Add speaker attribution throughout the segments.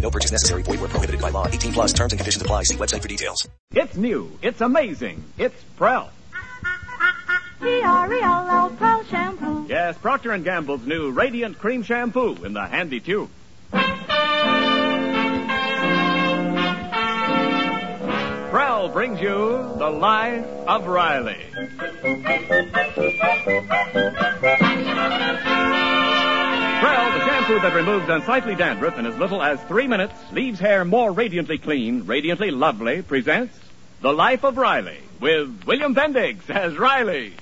Speaker 1: No purchase necessary. Void were prohibited by law. 18 plus terms and conditions apply. See website for details.
Speaker 2: It's new. It's amazing. It's Prel.
Speaker 3: E
Speaker 4: P-R-E-L-L Pearl Shampoo.
Speaker 2: Yes, Procter & Gamble's new Radiant Cream Shampoo in the handy tube. Prel brings you The Life of Riley. Prel, the shampoo that removes unsightly dandruff in as little as three minutes, leaves hair more radiantly clean, radiantly lovely, presents The Life of Riley with William Bendix as Riley.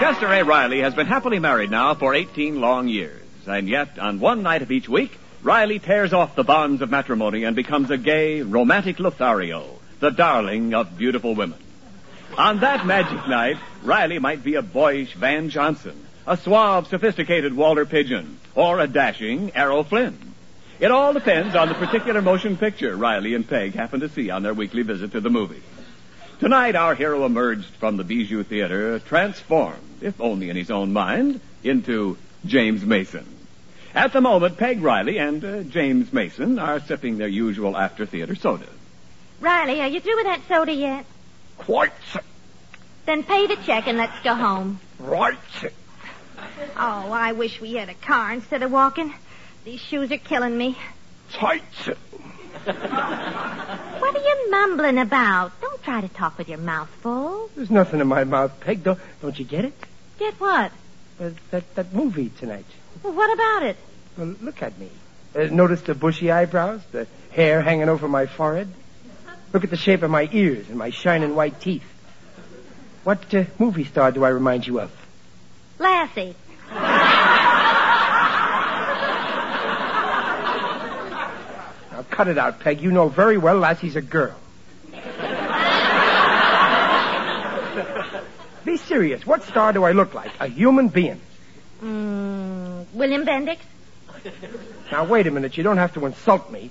Speaker 2: Chester A. Riley has been happily married now for 18 long years. And yet, on one night of each week, Riley tears off the bonds of matrimony and becomes a gay, romantic Lothario, the darling of beautiful women. On that magic night, Riley might be a boyish Van Johnson, a suave, sophisticated Walter Pigeon, or a dashing Errol Flynn. It all depends on the particular motion picture Riley and Peg happen to see on their weekly visit to the movies. Tonight, our hero emerged from the Bijou Theater transformed, if only in his own mind, into James Mason. At the moment, Peg Riley and uh, James Mason are sipping their usual after theater soda.
Speaker 4: Riley, are you through with that soda yet?
Speaker 5: Quite
Speaker 4: Then pay the check and let's go home.
Speaker 5: right.
Speaker 4: Oh, I wish we had a car instead of walking. These shoes are killing me.
Speaker 5: Tight.
Speaker 4: What are you mumbling about? Don't try to talk with your mouth full.
Speaker 6: There's nothing in my mouth, Peg. Don't, don't you get it?
Speaker 4: Get what?
Speaker 6: Well, that, that movie tonight.
Speaker 4: Well, what about it?
Speaker 6: Well, look at me. Uh, notice the bushy eyebrows, the hair hanging over my forehead. Look at the shape of my ears and my shining white teeth. What uh, movie star do I remind you of?
Speaker 4: Lassie.
Speaker 6: Now cut it out, Peg. You know very well Lassie's a girl. Be serious. What star do I look like? A human being.
Speaker 4: Mm, William Bendix?
Speaker 6: Now wait a minute. You don't have to insult me.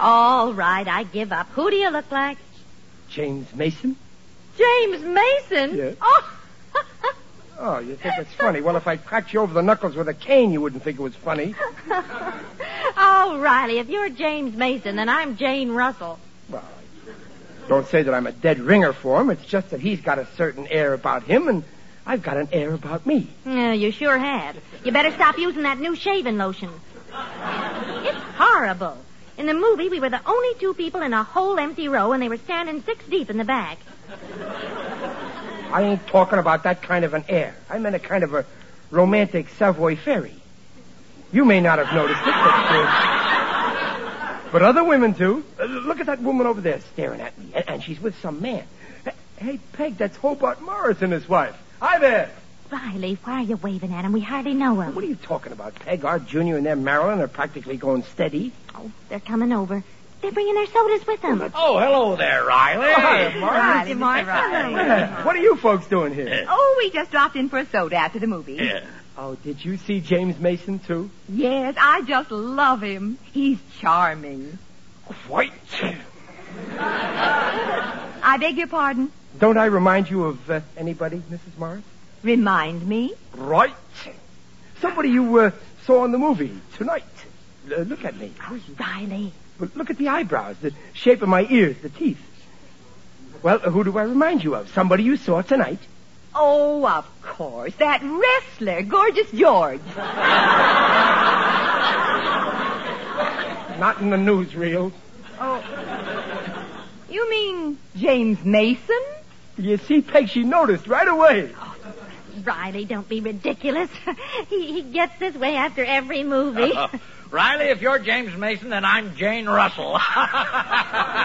Speaker 4: All right, I give up. Who do you look like?
Speaker 6: James Mason.
Speaker 4: James Mason?
Speaker 6: Yes.
Speaker 4: Oh!
Speaker 6: Oh, you think it's funny? Well, if I cracked you over the knuckles with a cane, you wouldn't think it was funny.
Speaker 4: oh, Riley, if you're James Mason, then I'm Jane Russell.
Speaker 6: Well, I don't say that I'm a dead ringer for him. It's just that he's got a certain air about him, and I've got an air about me.
Speaker 4: Yeah, you sure have. You better stop using that new shaving lotion. It's horrible. In the movie, we were the only two people in a whole empty row, and they were standing six deep in the back.
Speaker 6: I ain't talking about that kind of an air. I meant a kind of a romantic Savoy fairy. You may not have noticed it, but, uh, but other women do. Uh, look at that woman over there staring at me, and, and she's with some man. Hey- Hey, Peg, that's Hobart Morris and his wife. Hi there.
Speaker 4: Riley, why are you waving at him? We hardly know him.
Speaker 6: What are you talking about, Peg? Our junior and their Marilyn are practically going steady.
Speaker 4: Oh, they're coming over. They're bringing their sodas with them. Oh,
Speaker 5: Oh, hello there, Riley.
Speaker 4: Riley, Mark.
Speaker 6: What are you folks doing here?
Speaker 7: Oh, we just dropped in for a soda after the movie.
Speaker 5: Yeah.
Speaker 6: Oh, did you see James Mason too?
Speaker 7: Yes, I just love him. He's charming.
Speaker 5: Quite.
Speaker 7: I beg your pardon.
Speaker 6: Don't I remind you of uh, anybody, Mrs. Morris?
Speaker 7: Remind me?
Speaker 6: Right. Somebody you uh, saw in the movie tonight. Uh, look at me.
Speaker 7: Oh,
Speaker 4: Riley.
Speaker 6: Well, Look at the eyebrows, the shape of my ears, the teeth. Well, who do I remind you of? Somebody you saw tonight.
Speaker 7: Oh, of course. That wrestler, Gorgeous George.
Speaker 6: Not in the newsreel.
Speaker 7: You mean James Mason?
Speaker 6: You see, Peg, she noticed right away.
Speaker 4: Riley, don't be ridiculous. he, he gets this way after every movie.
Speaker 6: Uh,
Speaker 5: Riley, if you're James Mason, then I'm Jane Russell.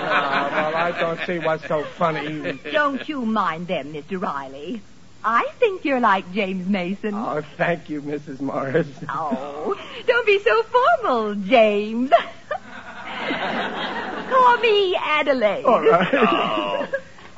Speaker 6: Oh, well, I don't see what's so funny.
Speaker 7: Don't you mind them, Mr. Riley. I think you're like James Mason.
Speaker 6: Oh, thank you, Mrs. Morris.
Speaker 7: Oh, don't be so formal, James. Call me Adelaide.
Speaker 6: All right.
Speaker 5: Oh.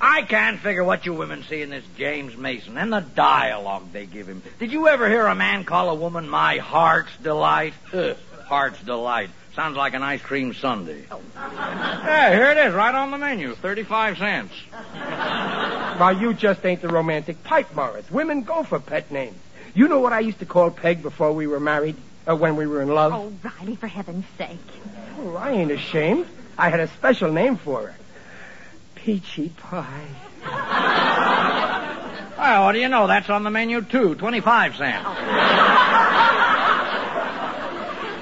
Speaker 5: I can't figure what you women see in this James Mason and the dialogue they give him. Did you ever hear a man call a woman my heart's delight? Ugh, heart's delight. Sounds like an ice cream sundae.
Speaker 6: Oh.
Speaker 5: Yeah, here it is, right on the menu, 35 cents.
Speaker 6: Why, you just ain't the romantic pipe, Morris. Women go for pet names. You know what I used to call Peg before we were married? Uh, when we were in love?
Speaker 4: oh, Riley, for heaven's sake.
Speaker 6: Oh, I ain't ashamed. I had a special name for her. Peachy Pie.
Speaker 5: Well, what do you know? That's on the menu, too, 25 cents.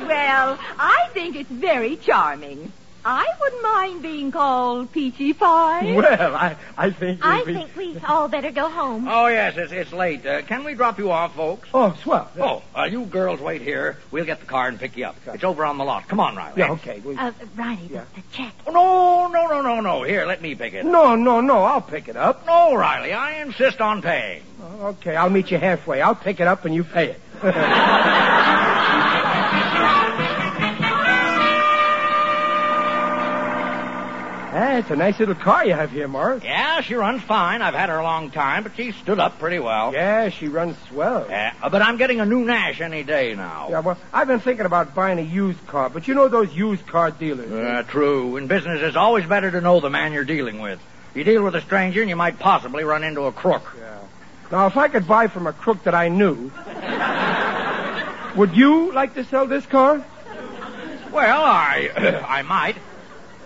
Speaker 7: Well, I think it's very charming. I wouldn't mind being called Peachy Pie.
Speaker 6: Well, I, I think we'd
Speaker 4: I
Speaker 6: be...
Speaker 4: think we all better go home.
Speaker 5: Oh, yes, it's, it's late. Uh, can we drop you off, folks?
Speaker 6: Oh, swell.
Speaker 5: Oh, uh, you girls wait here. We'll get the car and pick you up. It's over on the lot. Come on, Riley.
Speaker 6: Yeah, okay. we-
Speaker 4: Uh, Riley,
Speaker 6: Yeah.
Speaker 4: the, the check.
Speaker 5: Oh, no, no, no, no, no. Oh, Here, let me pick it. up.
Speaker 6: No, no, no. I'll pick it up.
Speaker 5: No, Riley, I insist on paying.
Speaker 6: Oh, Okay, I'll meet you halfway. I'll pick it up and you pay it. Ah, it's a nice little car you have here, Morris.
Speaker 5: Yeah, she runs fine. I've had her a long time, but she stood up pretty well.
Speaker 6: Yeah, she runs swell.
Speaker 5: Yeah, but I'm getting a new Nash any day now.
Speaker 6: Yeah, well, I've been thinking about buying a used car, but you know those used car dealers.
Speaker 5: Uh, true. In business, it's always better to know the man you're dealing with. You deal with a stranger, and you might possibly run into a crook.
Speaker 6: Yeah. Now, if I could buy from a crook that I knew, would you like to sell this car?
Speaker 5: Well, I, I might.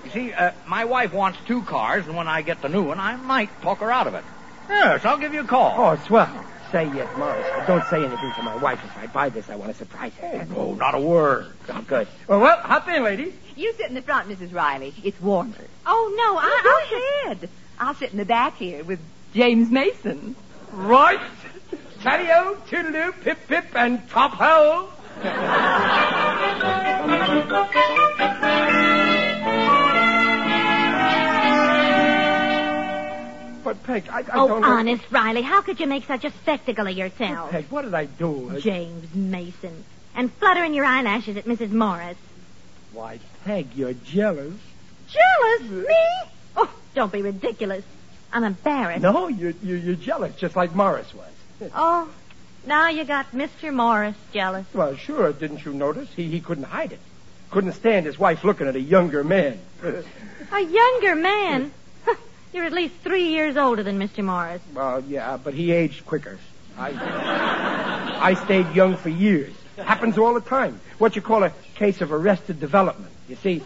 Speaker 5: You see, uh, my wife wants two cars, and when I get the new one, I might talk her out of it. Yes, I'll give you a call.
Speaker 6: Oh, swell. Say yes, Morris. But don't say anything to my wife. If I buy this, I want to surprise her.
Speaker 5: no, not a word.
Speaker 6: Oh, good. Well, well, hop in, lady.
Speaker 7: You sit in the front, Mrs. Riley. It's warmer.
Speaker 4: Oh, no, I,
Speaker 7: go
Speaker 4: I'll just...
Speaker 7: ahead. I'll sit in the back here with James Mason.
Speaker 6: Right. Taddy-o, toodaloo, pip-pip, and top-ho. But, Peg, I, I
Speaker 4: Oh,
Speaker 6: don't know...
Speaker 4: honest, Riley, how could you make such a spectacle of yourself?
Speaker 6: Peg, what did I do? I-
Speaker 4: James Mason. And fluttering your eyelashes at Mrs. Morris.
Speaker 6: Why, Peg, you're jealous.
Speaker 4: Jealous? Me? Oh, don't be ridiculous. I'm embarrassed.
Speaker 6: No, you, you, you're jealous, just like Morris was.
Speaker 4: Oh, now you got Mr. Morris jealous.
Speaker 6: Well, sure, didn't you notice? He, he couldn't hide it. Couldn't stand his wife looking at a younger man.
Speaker 4: A younger man? You're at least three years older than Mr. Morris.
Speaker 6: well, yeah, but he aged quicker. I, I stayed young for years. Happens all the time. What you call a case of arrested development. You see,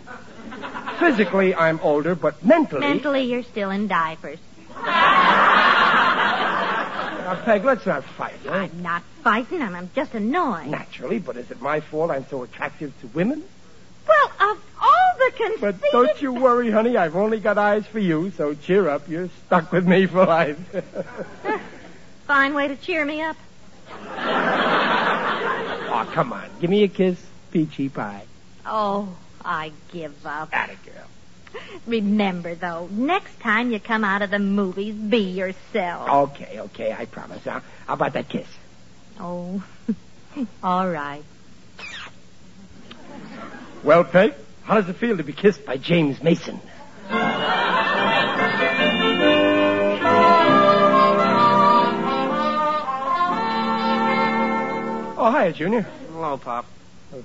Speaker 6: physically I'm older, but mentally.
Speaker 4: Mentally, you're still in diapers.
Speaker 6: Now, Peg, let's not fight. Huh?
Speaker 4: I'm not fighting him. I'm just annoyed.
Speaker 6: Naturally, but is it my fault I'm so attractive to women?
Speaker 4: Well, of all the conceited...
Speaker 6: But don't you worry, honey. I've only got eyes for you, so cheer up. You're stuck with me for life.
Speaker 4: Fine way to cheer me up.
Speaker 6: oh, come on. Give me a kiss, peachy pie.
Speaker 4: Oh, I give up.
Speaker 6: Atta girl.
Speaker 4: Remember, though, next time you come out of the movies, be yourself.
Speaker 6: Okay, okay, I promise. Huh? How about that kiss?
Speaker 4: Oh, all right.
Speaker 6: Well, Peg, how does it feel to be kissed by James Mason? Oh, hi, Junior.
Speaker 8: Hello, Pop.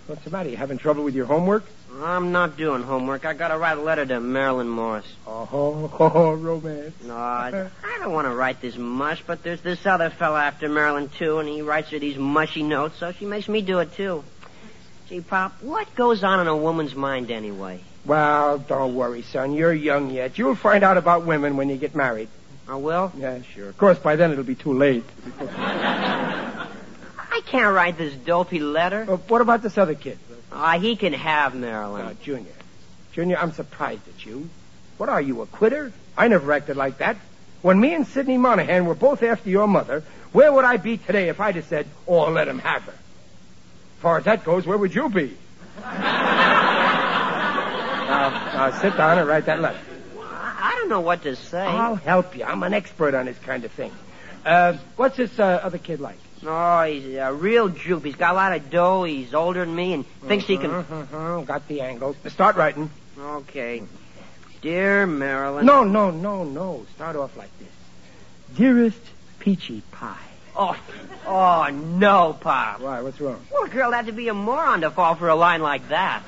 Speaker 6: What's the matter? You having trouble with your homework?
Speaker 8: I'm not doing homework. I gotta write a letter to Marilyn Morris.
Speaker 6: Oh, oh, oh romance.
Speaker 8: No, I, I don't want to write this mush, but there's this other fella after Marilyn, too, and he writes her these mushy notes, so she makes me do it, too. Gee, Pop, what goes on in a woman's mind anyway?
Speaker 6: Well, don't worry, son. You're young yet. You'll find out about women when you get married.
Speaker 8: I Uh, will?
Speaker 6: Yeah, sure. Of course, by then it'll be too late.
Speaker 8: I can't write this dopey letter.
Speaker 6: Well, what about this other kid?
Speaker 8: Ah, he can have Marilyn.
Speaker 6: Now, Uh, Junior. Junior, I'm surprised at you. What are you, a quitter? I never acted like that. When me and Sidney Monahan were both after your mother, where would I be today if I'd have said, oh, I'll let him have her? As far as that goes, where would you be? now, now, Uh, sit down and write that letter.
Speaker 8: I I don't know what to say.
Speaker 6: I'll help you. I'm an expert on this kind of thing. Uh, what's this uh, other kid like?
Speaker 8: No, oh, he's a real jupe. He's got a lot of dough. He's older than me and thinks he can.
Speaker 6: Uh-huh, got the angle. Start writing.
Speaker 8: Okay. Dear Marilyn.
Speaker 6: No, no, no, no. Start off like this. Dearest Peachy Pie.
Speaker 8: Oh, oh no, Pop.
Speaker 6: Why? What's wrong?
Speaker 8: Well, girl, that'd be a moron to fall for a line like that.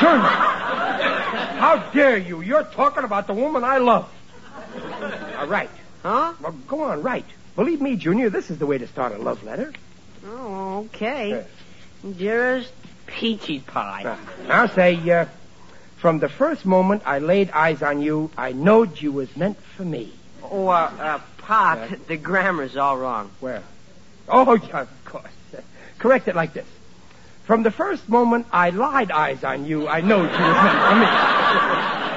Speaker 6: Junior, how dare you? You're talking about the woman I love. All Uh, right.
Speaker 8: Huh?
Speaker 6: Well, go on, right. Believe me, Junior, this is the way to start a love letter.
Speaker 8: Oh, okay. Dearest Peachy Pie.
Speaker 6: Now, now say, uh, from the first moment I laid eyes on you, I knowed you was meant for me.
Speaker 8: Oh, uh, uh, Pop, the grammar's all wrong.
Speaker 6: Where? Oh, yeah, of course. Correct it like this. From the first moment I lied eyes on you, I knowed you was meant for me.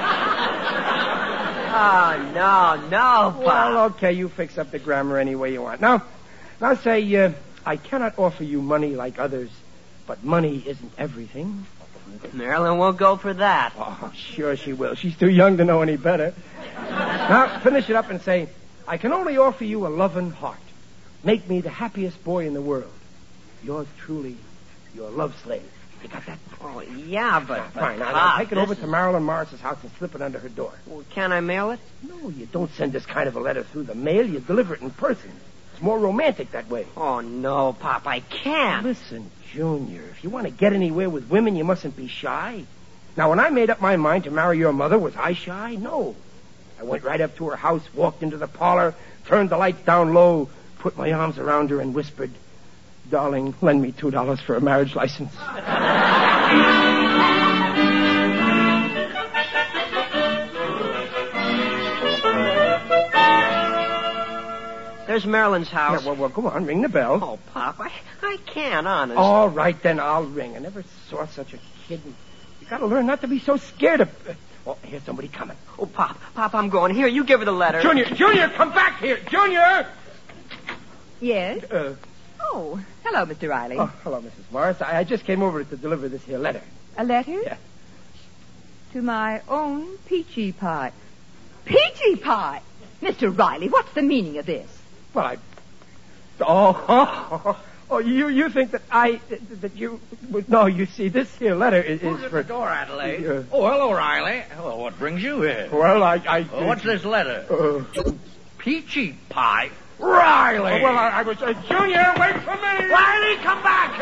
Speaker 5: Ah.
Speaker 8: Oh, no, no, Pop.
Speaker 6: Well, okay, you fix up the grammar any way you want. Now, now say, uh, I cannot offer you money like others, but money isn't everything.
Speaker 8: Marilyn won't go for that.
Speaker 6: Oh, sure she will. She's too young to know any better. now, finish it up and say, I can only offer you a loving heart. Make me the happiest boy in the world. Yours truly, your love slave. You got that?
Speaker 8: Oh, yeah, but, but
Speaker 6: Fine, now, now
Speaker 8: Pop,
Speaker 6: take it
Speaker 8: Ah, this
Speaker 6: over
Speaker 8: is-
Speaker 6: to Marilyn Morris's house and slip it under her door.
Speaker 8: Well, Can I mail it?
Speaker 6: No, you don't send this kind of a letter through the mail. You deliver it in person. It's more romantic that way.
Speaker 8: Oh, no, Pop, I can't.
Speaker 6: Listen, Junior, if you want to get anywhere with women, you mustn't be shy. Now, when I made up my mind to marry your mother, was I shy? No. I went right up to her house, walked into the parlor, turned the lights down low, put my arms around her, and whispered, Darling, lend me two dollars for a marriage license.
Speaker 8: There's Marilyn's
Speaker 6: Yeah,
Speaker 8: house.
Speaker 6: well, well, go on, ring the bell.
Speaker 8: Oh, Pop, I, I can't, honest.
Speaker 6: All right, then I'll ring. I never saw such a kid. You gotta learn not to be so scared of. Oh, here's somebody coming.
Speaker 8: Oh, Pop, Pop, I'm going. Here, you give her the letter.
Speaker 6: Junior, Junior, come back here, Junior.
Speaker 7: Yes?
Speaker 6: Uh,
Speaker 7: Oh, hello, Mr. Riley.
Speaker 6: oh, hello, Mrs. Morris. I, I just came over to deliver this here letter.
Speaker 7: A letter?
Speaker 6: Yeah.
Speaker 7: To my own peachy pie. Peachy pie? Mr. Riley, what's the meaning of this?
Speaker 6: Well, I. Oh, oh, oh, oh, you you think that I uh, that you? No, you see, this here letter is, is
Speaker 5: Who's at
Speaker 6: for.
Speaker 5: the door, Adelaide?
Speaker 6: Yeah.
Speaker 5: Oh, hello, Riley. Hello, what brings you here?
Speaker 6: uh, Well, I. I
Speaker 5: Oh, what's this letter?
Speaker 6: Uh,
Speaker 5: Peachy Pie? Riley!
Speaker 6: well, I, I was. Uh, Junior, wait for me.
Speaker 5: Riley, come back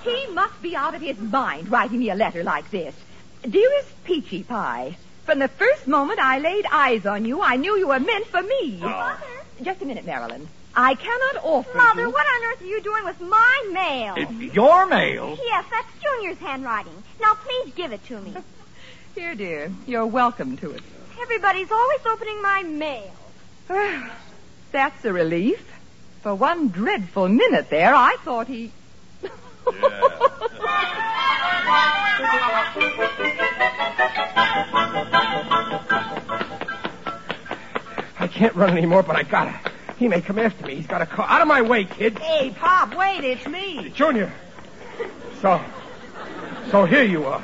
Speaker 5: here!
Speaker 7: He must be out of his mind writing me a letter like this. Dearest Peachy Pie, from the first moment I laid eyes on you, I knew you were meant for me.
Speaker 5: Mother?
Speaker 7: Just a minute, Marilyn. I cannot offer
Speaker 4: Oh. Mother,
Speaker 7: you-
Speaker 4: what on earth are you doing with my mail?
Speaker 5: It's your mail?
Speaker 4: Yes, that's Junior's handwriting. Now, please give it to me.
Speaker 7: Here, dear, you're welcome to it.
Speaker 4: Everybody's always opening my mail.
Speaker 7: That's a relief. For one dreadful minute there, I thought he...
Speaker 6: I can't run anymore, but I gotta. He may come after me. He's got a car. Out of my way, kid.
Speaker 8: Hey, Pop, wait, it's me.
Speaker 6: Junior. So, so here you are.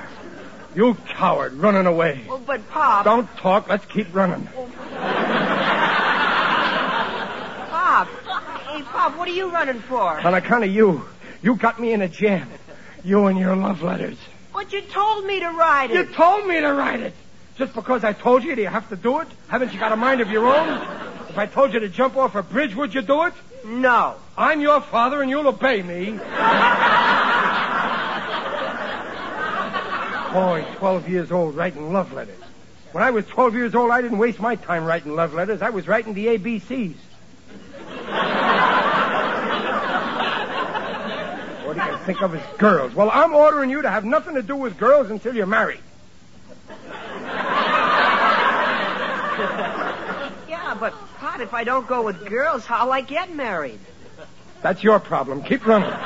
Speaker 6: You coward, running away.
Speaker 8: Oh, but, Pop,
Speaker 6: Don't talk. Let's keep running.
Speaker 8: Pop. Hey, Pop, what are you running for?
Speaker 6: On account of you, you got me in a jam. You and your love letters.
Speaker 8: But you told me to ride
Speaker 6: You
Speaker 8: it.
Speaker 6: told me to write it. Just because I told you, do you have to do it? Haven't you got a mind of your own? If I told you to jump off a bridge, would you do it?
Speaker 8: No.
Speaker 6: I'm your father, and you'll obey me. Boy, 12 years old, writing love letters. When I was 12 years old, I didn't waste my time writing love letters. I was writing the ABCs. what do you think of as girls? Well, I'm ordering you to have nothing to do with girls until you're married.
Speaker 8: Yeah, but, Pot, if I don't go with girls, how'll I get married?
Speaker 6: That's your problem. Keep running.
Speaker 8: Oh, but,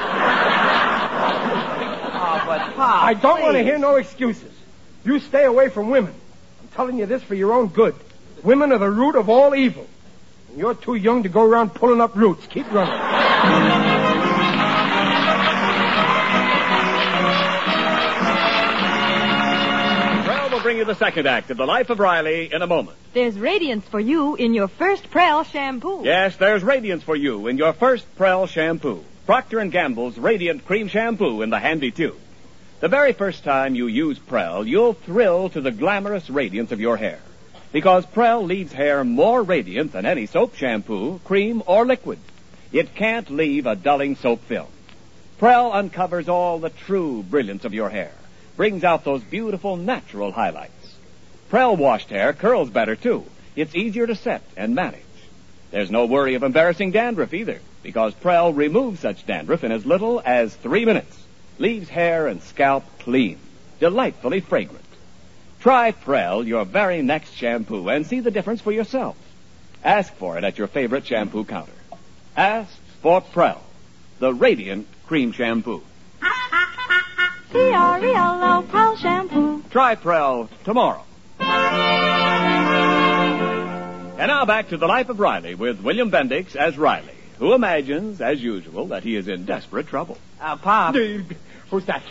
Speaker 8: Pop.
Speaker 6: I don't want to
Speaker 8: please.
Speaker 6: hear no excuses. You stay away from women. I'm telling you this for your own good. Women are the root of all evil. And you're too young to go around pulling up roots. Keep running.
Speaker 2: Well, we'll bring you the second act of The Life of Riley in a moment.
Speaker 7: There's radiance for you in your first Prel shampoo.
Speaker 2: Yes, there's radiance for you in your first Prel shampoo. Procter & Gamble's Radiant Cream Shampoo in the handy tube. The very first time you use Prel, you'll thrill to the glamorous radiance of your hair. Because Prel leaves hair more radiant than any soap shampoo, cream, or liquid. It can't leave a dulling soap film. Prel uncovers all the true brilliance of your hair, brings out those beautiful natural highlights. Prel washed hair curls better too. It's easier to set and manage. There's no worry of embarrassing dandruff either, because Prel removes such dandruff in as little as three minutes, leaves hair and scalp clean, delightfully fragrant. Try Prel your very next shampoo and see the difference for yourself. Ask for it at your favorite shampoo counter. Ask for Prel, the radiant cream shampoo.
Speaker 3: E P-R-E-L-O, Prel shampoo.
Speaker 2: Try Prel tomorrow. And now back to the life of Riley with William Bendix as Riley, who imagines, as usual, that he is in desperate trouble.
Speaker 8: Uh, Pop.
Speaker 6: Dude, who's that?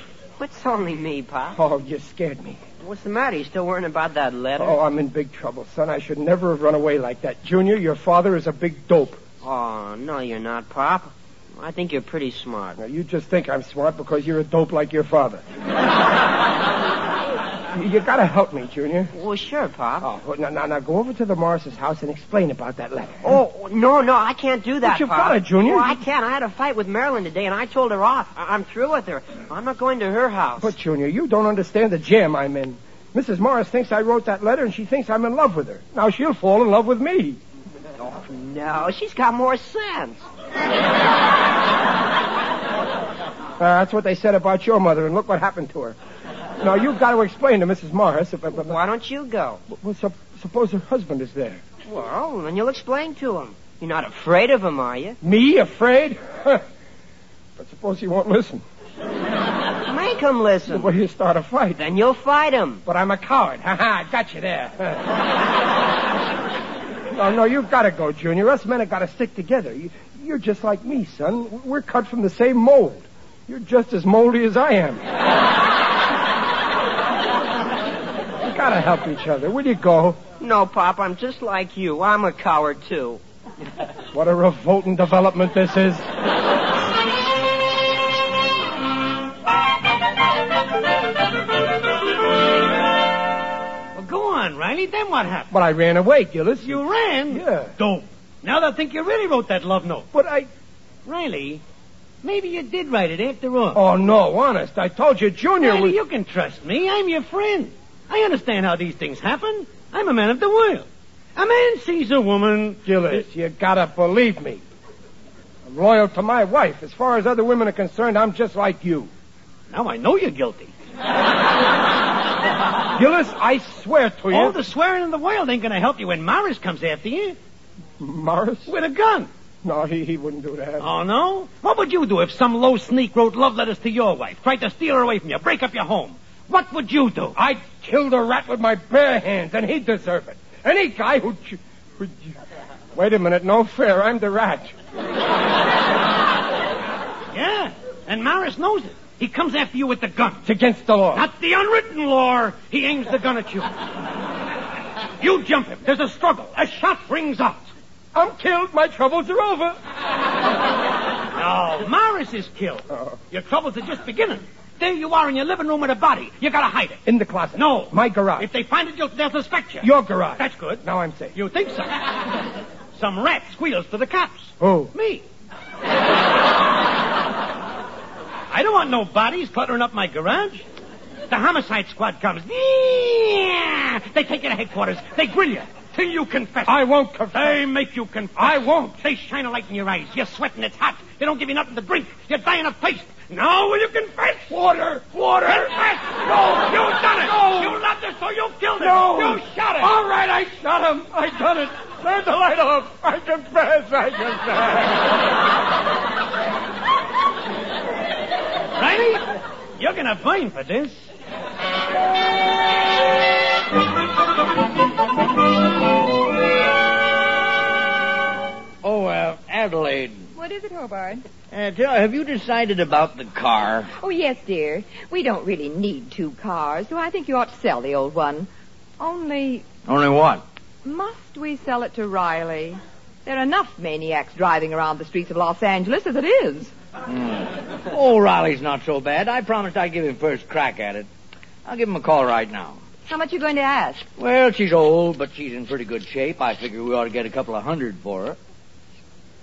Speaker 8: It's only me, Pop.
Speaker 6: Oh, you scared me.
Speaker 8: What's the matter? You still worrying about that letter?
Speaker 6: Oh, I'm in big trouble, son. I should never have run away like that. Junior, your father is a big dope.
Speaker 8: Oh, no, you're not, Pop. I think you're pretty smart.
Speaker 6: Now, you just think I'm smart because you're a dope like your father. you, you gotta help me, Junior.
Speaker 8: Well, sure, Pop.
Speaker 6: Oh, well, now, now, now go over to the Morris's house and explain about that letter.
Speaker 8: Oh, no, no, I can't do that,
Speaker 6: But you've
Speaker 8: Pop.
Speaker 6: got it, Junior.
Speaker 8: Oh, I can't. I had a fight with Marilyn today, and I told her off. I- I'm through with her. I'm not going to her house.
Speaker 6: But, Junior, you don't understand the jam I'm in. Mrs. Morris thinks I wrote that letter, and she thinks I'm in love with her. Now she'll fall in love with me.
Speaker 8: No, she's got more sense.
Speaker 6: Uh, that's what they said about your mother, and look what happened to her. Now you've got to explain to Mrs. Morris. If, if, if-
Speaker 8: Why don't you go?
Speaker 6: well, sup- suppose her husband is there.
Speaker 8: Well, then you'll explain to him. You're not afraid of him, are you?
Speaker 6: Me afraid? but suppose he won't listen.
Speaker 8: Make him listen.
Speaker 6: Well, he'll start a fight.
Speaker 8: Then you'll fight him.
Speaker 6: But I'm a coward. Ha ha! I got you there. Oh, no, no, you've got to go, Junior. Us men have got to stick together. You, you're just like me, son. We're cut from the same mold. You're just as moldy as I am. we got to help each other. Will you go?
Speaker 8: No, Pop, I'm just like you. I'm a coward, too.
Speaker 6: What a revolting development this is.
Speaker 9: Well, go on, Riley. Then what happened?
Speaker 6: But I ran away, Gillis.
Speaker 9: You ran?
Speaker 6: Yeah.
Speaker 9: Dope. Now they'll think you really wrote that love note.
Speaker 6: But I.
Speaker 9: Riley, maybe you did write it after all.
Speaker 6: Oh, no, honest. I told you, Junior
Speaker 9: Riley,
Speaker 6: was.
Speaker 9: you can trust me. I'm your friend. I understand how these things happen. I'm a man of the world. A man sees a woman.
Speaker 6: Gillis, you gotta believe me. I'm loyal to my wife. As far as other women are concerned, I'm just like you.
Speaker 9: Now I know you're guilty.
Speaker 6: Gillis, I swear to you.
Speaker 9: All the swearing in the world ain't gonna help you when Morris comes after you
Speaker 6: Morris? Uh,
Speaker 9: with a gun.
Speaker 6: No, he, he wouldn't do that.
Speaker 9: Oh no? What would you do if some low sneak wrote love letters to your wife, tried to steal her away from you, break up your home? What would you do?
Speaker 6: I killed a rat with my bare hands, and he'd deserve it. Any guy who. ch- who ch- Wait a minute, no fair. I'm the rat.
Speaker 9: Yeah. And Morris knows it. He comes after you with the gun.
Speaker 6: It's against the law.
Speaker 9: Not the unwritten law. He aims the gun at you. You jump him. There's a struggle. A shot rings out.
Speaker 6: I'm killed. My troubles are over.
Speaker 9: No, Oh, Morris is killed.
Speaker 6: Oh.
Speaker 9: Your troubles are just beginning. There you are in your living room with a body. You gotta hide it.
Speaker 6: In the closet.
Speaker 9: No.
Speaker 6: My garage.
Speaker 9: If they find it, you'll, they'll suspect you.
Speaker 6: Your garage.
Speaker 9: That's good.
Speaker 6: Now I'm safe.
Speaker 9: You think so? Some rat squeals to the cops.
Speaker 6: Who?
Speaker 9: Me. I don't want no bodies cluttering up my garage. The homicide squad comes. Yeah! They take you to headquarters. They grill you. till you confess.
Speaker 6: I won't confess.
Speaker 9: They make you confess.
Speaker 6: I won't.
Speaker 9: They shine a light in your eyes. You're sweating. It's hot. They don't give you nothing to drink. You're dying of thirst. Now will you confess?
Speaker 6: Water. Water.
Speaker 9: Confess. No. You done it.
Speaker 6: No.
Speaker 9: You loved it, so you killed it.
Speaker 6: No.
Speaker 9: You shot it.
Speaker 6: All right, I shot him. I done it. Turn the light off. I confess. I confess.
Speaker 9: Riley, you're gonna pine for this.
Speaker 5: Oh, uh, Adelaide.
Speaker 7: What is it, Hobart?
Speaker 5: Uh, tell, have you decided about the car?
Speaker 7: Oh, yes, dear. We don't really need two cars, so I think you ought to sell the old one. Only,
Speaker 5: Only what?
Speaker 7: must we sell it to Riley? There are enough maniacs driving around the streets of Los Angeles as it is.
Speaker 5: Oh, Riley's not so bad. I promised I'd give him first crack at it. I'll give him a call right now.
Speaker 7: How much are you going to ask?
Speaker 5: Well, she's old, but she's in pretty good shape. I figure we ought to get a couple of hundred for her.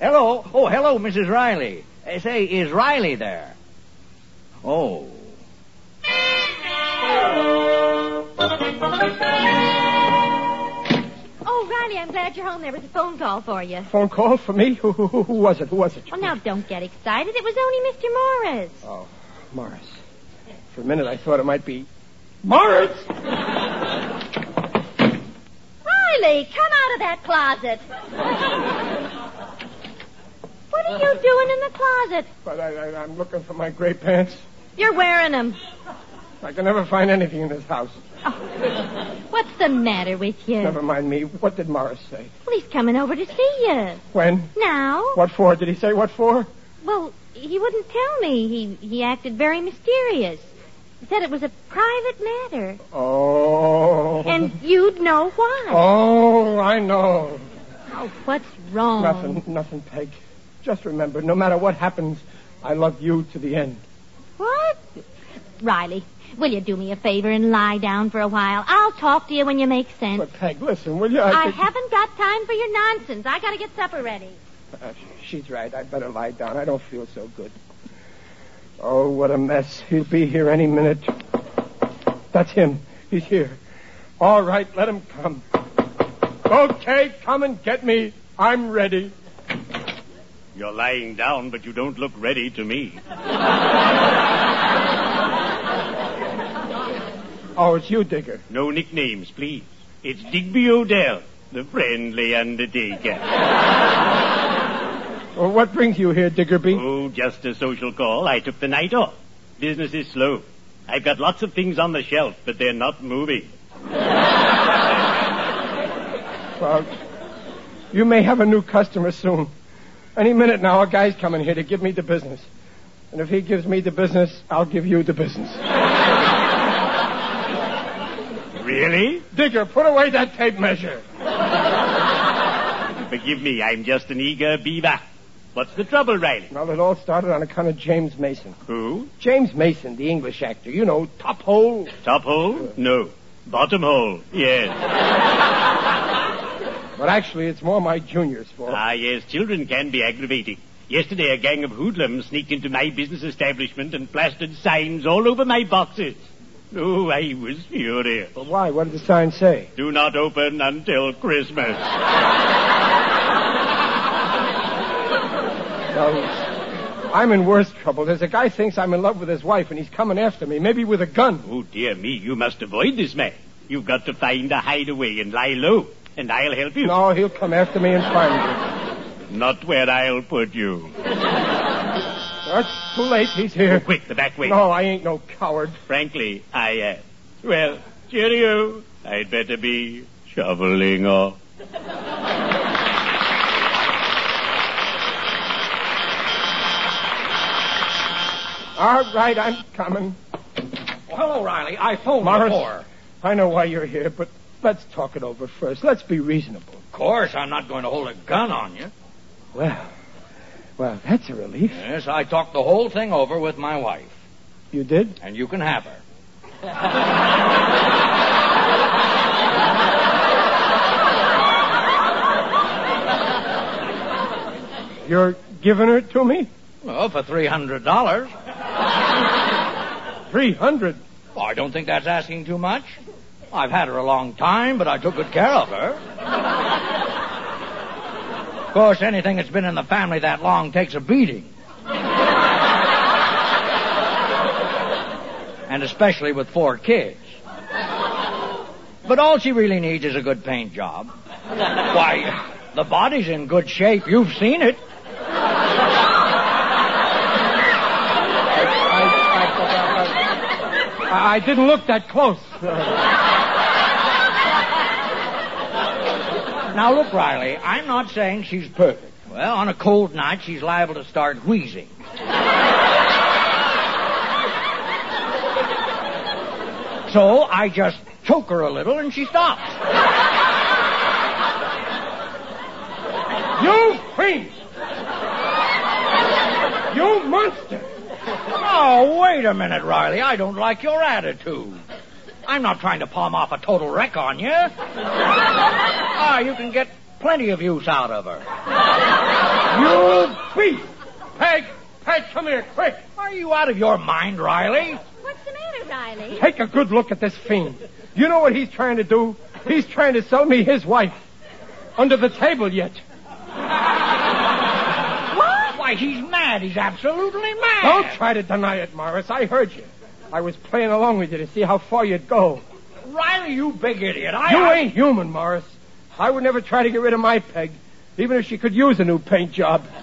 Speaker 5: Hello. Oh, hello, Mrs. Riley. Uh, say, is Riley there? Oh.
Speaker 4: Oh, Riley, I'm glad you're home. There was a phone call for you.
Speaker 6: Phone call for me? Who, who, who who was it? Who was it?
Speaker 4: Well, now don't get excited. It was only Mr. Morris.
Speaker 6: Oh, Morris. For a minute, I thought it might be Morris.
Speaker 4: Riley, come out of that closet. what are you doing in the closet?
Speaker 6: But I, I, I'm looking for my gray pants.
Speaker 4: You're wearing them.
Speaker 6: I can never find anything in this house.
Speaker 4: Oh, What's the matter with you?
Speaker 6: Never mind me. What did Morris say?
Speaker 4: Well, he's coming over to see you.
Speaker 6: When?
Speaker 4: Now?
Speaker 6: What for? Did he say what for?
Speaker 4: Well, he wouldn't tell me. He, he acted very mysterious. He said it was a private matter.
Speaker 6: Oh.
Speaker 4: And you'd know why.
Speaker 6: Oh, I know.
Speaker 4: Oh, what's wrong?
Speaker 6: Nothing, nothing, Peg. Just remember, no matter what happens, I love you to the end.
Speaker 4: What? Riley, will you do me a favor and lie down for a while? I'll talk to you when you make sense.
Speaker 6: But Peg, listen, will you?
Speaker 4: I
Speaker 6: think-
Speaker 4: haven't got time for your nonsense. I gotta get supper ready.
Speaker 6: Uh, she's right. I better lie down. I don't feel so good. Oh, what a mess. He'll be here any minute. That's him. He's here. All right, let him come. Okay, come and get me. I'm ready.
Speaker 10: You're lying down, but you don't look ready to me.
Speaker 6: Oh, it's you, Digger.
Speaker 10: No nicknames, please. It's Digby Odell, the friendly undertaker.
Speaker 6: Well, what brings you here, Diggerby?
Speaker 10: Oh, just a social call. I took the night off. Business is slow. I've got lots of things on the shelf, but they're not moving.
Speaker 6: Well, you may have a new customer soon. Any minute now, a guy's coming here to give me the business. And if he gives me the business, I'll give you the business.
Speaker 10: Really?
Speaker 6: Digger, put away that tape measure.
Speaker 10: Forgive me, I'm just an eager beaver. What's the trouble, Riley?
Speaker 6: Well, it all started on account of James Mason.
Speaker 10: Who?
Speaker 6: James Mason, the English actor, you know, top hole.
Speaker 10: Top hole? No. Bottom hole? Yes.
Speaker 6: But actually, it's more my junior's fault.
Speaker 10: Ah, yes, children can be aggravating. Yesterday, a gang of hoodlums sneaked into my business establishment and plastered signs all over my boxes. Oh, I was furious.
Speaker 6: But why? What did the sign say?
Speaker 10: Do not open until Christmas.
Speaker 6: Well, I'm in worse trouble. There's a guy thinks I'm in love with his wife, and he's coming after me, maybe with a gun.
Speaker 10: Oh, dear me, you must avoid this man. You've got to find a hideaway and lie low, and I'll help you.
Speaker 6: No, he'll come after me and find me.
Speaker 10: Not where I'll put you. Oh,
Speaker 6: Oh, It's too late. He's here.
Speaker 10: Quick, the back way.
Speaker 6: No, I ain't no coward.
Speaker 10: Frankly, I am. Well, cheerio. I'd better be shoveling off.
Speaker 6: All right, I'm coming.
Speaker 5: Well, hello, Riley. I phoned
Speaker 6: Morris.
Speaker 5: before.
Speaker 6: I know why you're here, but let's talk it over first. Let's be reasonable.
Speaker 5: Of course, I'm not going to hold a gun on you.
Speaker 6: Well, well, that's a relief.
Speaker 5: Yes, I talked the whole thing over with my wife,
Speaker 6: You did?
Speaker 5: and you can have her.
Speaker 6: You're giving her to me?
Speaker 5: Well, for three hundred dollars.
Speaker 6: Three hundred.
Speaker 5: I don't think that's asking too much. I've had her a long time, but I took good care of her. course, anything that's been in the family that long takes a beating. and especially with four kids. But all she really needs is a good paint job. Why, the body's in good shape. You've seen it.
Speaker 6: I, I didn't look that close.
Speaker 5: Now look, Riley, I'm not saying she's perfect. Well, on a cold night, she's liable to start wheezing. so I just choke her a little and she stops.
Speaker 6: You fiend! You monster!
Speaker 5: Oh, wait a minute, Riley. I don't like your attitude. I'm not trying to palm off a total wreck on you. Ah, you can get plenty of use out of her.
Speaker 6: You beast! Peg! Peg, come here, quick!
Speaker 5: Are you out of your mind, Riley?
Speaker 4: What's the matter, Riley?
Speaker 6: Take a good look at this fiend. You know what he's trying to do? He's trying to sell me his wife. Under the table yet.
Speaker 5: What? Why, he's mad. He's absolutely mad.
Speaker 6: Don't try to deny it, Morris. I heard you. I was playing along with you to see how far you'd go.
Speaker 5: Riley, you big idiot. I,
Speaker 6: You
Speaker 5: I-
Speaker 6: ain't human, Morris. I would never try to get rid of my peg, even if she could use a new paint job.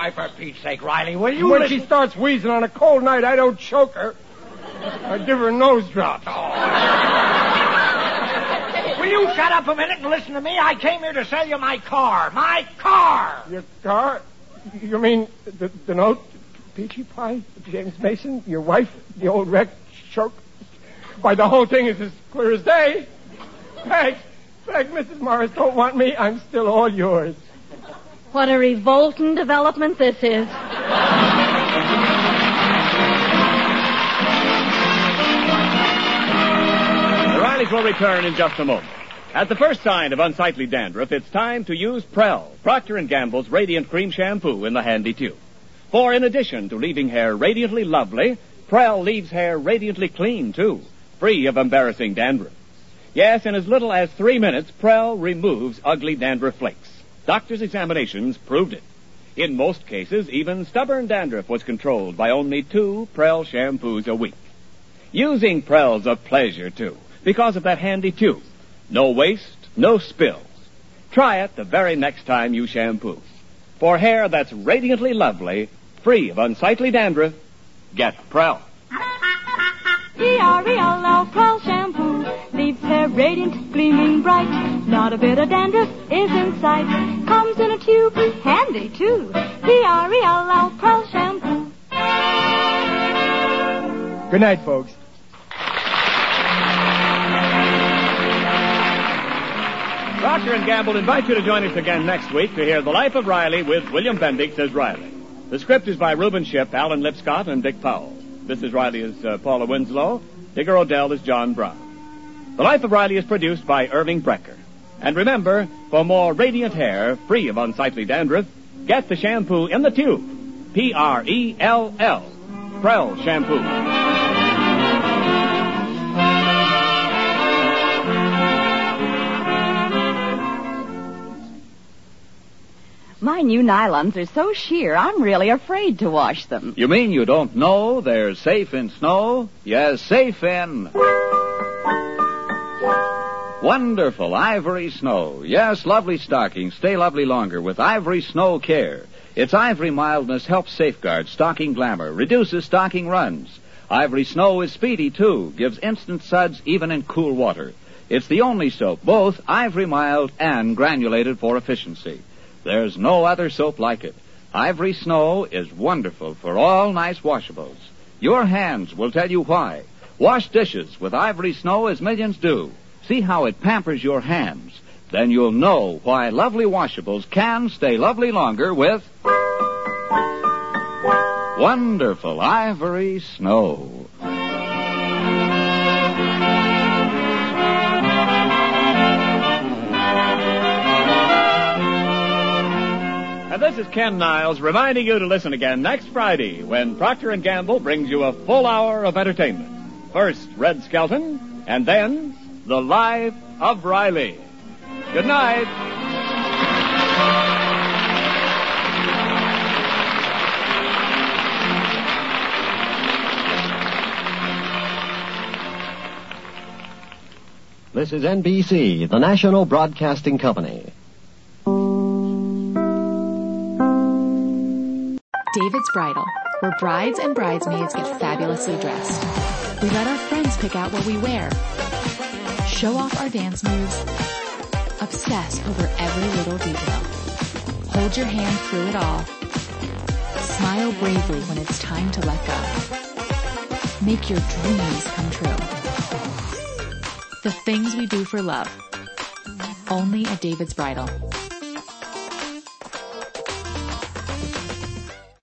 Speaker 5: Why, for Pete's sake, Riley, will you
Speaker 6: when
Speaker 5: listen-
Speaker 6: she starts wheezing on a cold night, I don't choke her. I give her a nose drop.
Speaker 5: Oh, Will you shut up a minute and listen to me? I came here to sell you my car. My car!
Speaker 6: Your car? You mean the, the note? Peachy Pie? James Mason? Your wife? The old wreck? Choke? Why, the whole thing is as clear as day. Peg, Peg, Mrs. Morris, don't want me. I'm still all yours.
Speaker 4: What a revolting development this is.
Speaker 2: The Rileys will return in just a moment. At the first sign of unsightly dandruff, it's time to use Prel, Procter & Gamble's Radiant Cream Shampoo in the handy tube. For in addition to leaving hair radiantly lovely, Prel leaves hair radiantly clean, too, free of embarrassing dandruff. Yes, in as little as three minutes, Prel removes ugly dandruff flakes. Doctors' examinations proved it. In most cases, even stubborn dandruff was controlled by only two Prel shampoos a week. Using Prel's a pleasure, too, because of that handy tube. No waste, no spills. Try it the very next time you shampoo. For hair that's radiantly lovely, free of unsightly dandruff, get Prel.
Speaker 3: E P-R-E-L-L, Prel shampoo leaves hair radiant, gleaming bright. Not a bit of dandruff is in sight. Comes in a tube, handy too. E P-R-E-L-L, Prel shampoo.
Speaker 6: Good night, folks.
Speaker 2: Procter and Gamble invite you to join us again next week to hear The Life of Riley with William Bendix as Riley. The script is by Reuben Ship, Alan Lipscott, and Dick Powell. This is Riley as uh, Paula Winslow. Digger Odell is John Brown. The Life of Riley is produced by Irving Brecker. And remember, for more radiant hair free of unsightly dandruff, get the shampoo in the tube.
Speaker 11: E
Speaker 2: P-R-E-L-L. Prell Shampoo.
Speaker 12: My new nylons are so sheer, I'm really afraid to wash them.
Speaker 11: You mean you don't know they're safe in snow? Yes, safe in. Wonderful ivory snow. Yes, lovely stockings stay lovely longer with ivory snow care. Its ivory mildness helps safeguard stocking glamour, reduces stocking runs. Ivory snow is speedy too, gives instant suds even in cool water. It's the only soap, both ivory mild and granulated for efficiency. There's no other soap like it. Ivory Snow is wonderful for all nice washables. Your hands will tell you why. Wash dishes with Ivory Snow as millions do. See how it pampers your hands. Then you'll know why lovely washables can stay lovely longer with wonderful Ivory Snow.
Speaker 2: And this is Ken Niles reminding you to listen again next Friday when Procter & Gamble brings you a full hour of entertainment. First, Red Skelton, and then, The Life of Riley. Good night.
Speaker 13: This is NBC, the National Broadcasting Company.
Speaker 14: David's Bridal, where brides and bridesmaids get fabulously dressed. We let our friends pick out what we wear, show off our dance moves, obsess over every little detail, hold your hand through it all, smile bravely when it's time to let go, make your dreams come true. The things we do for love, only at David's Bridal.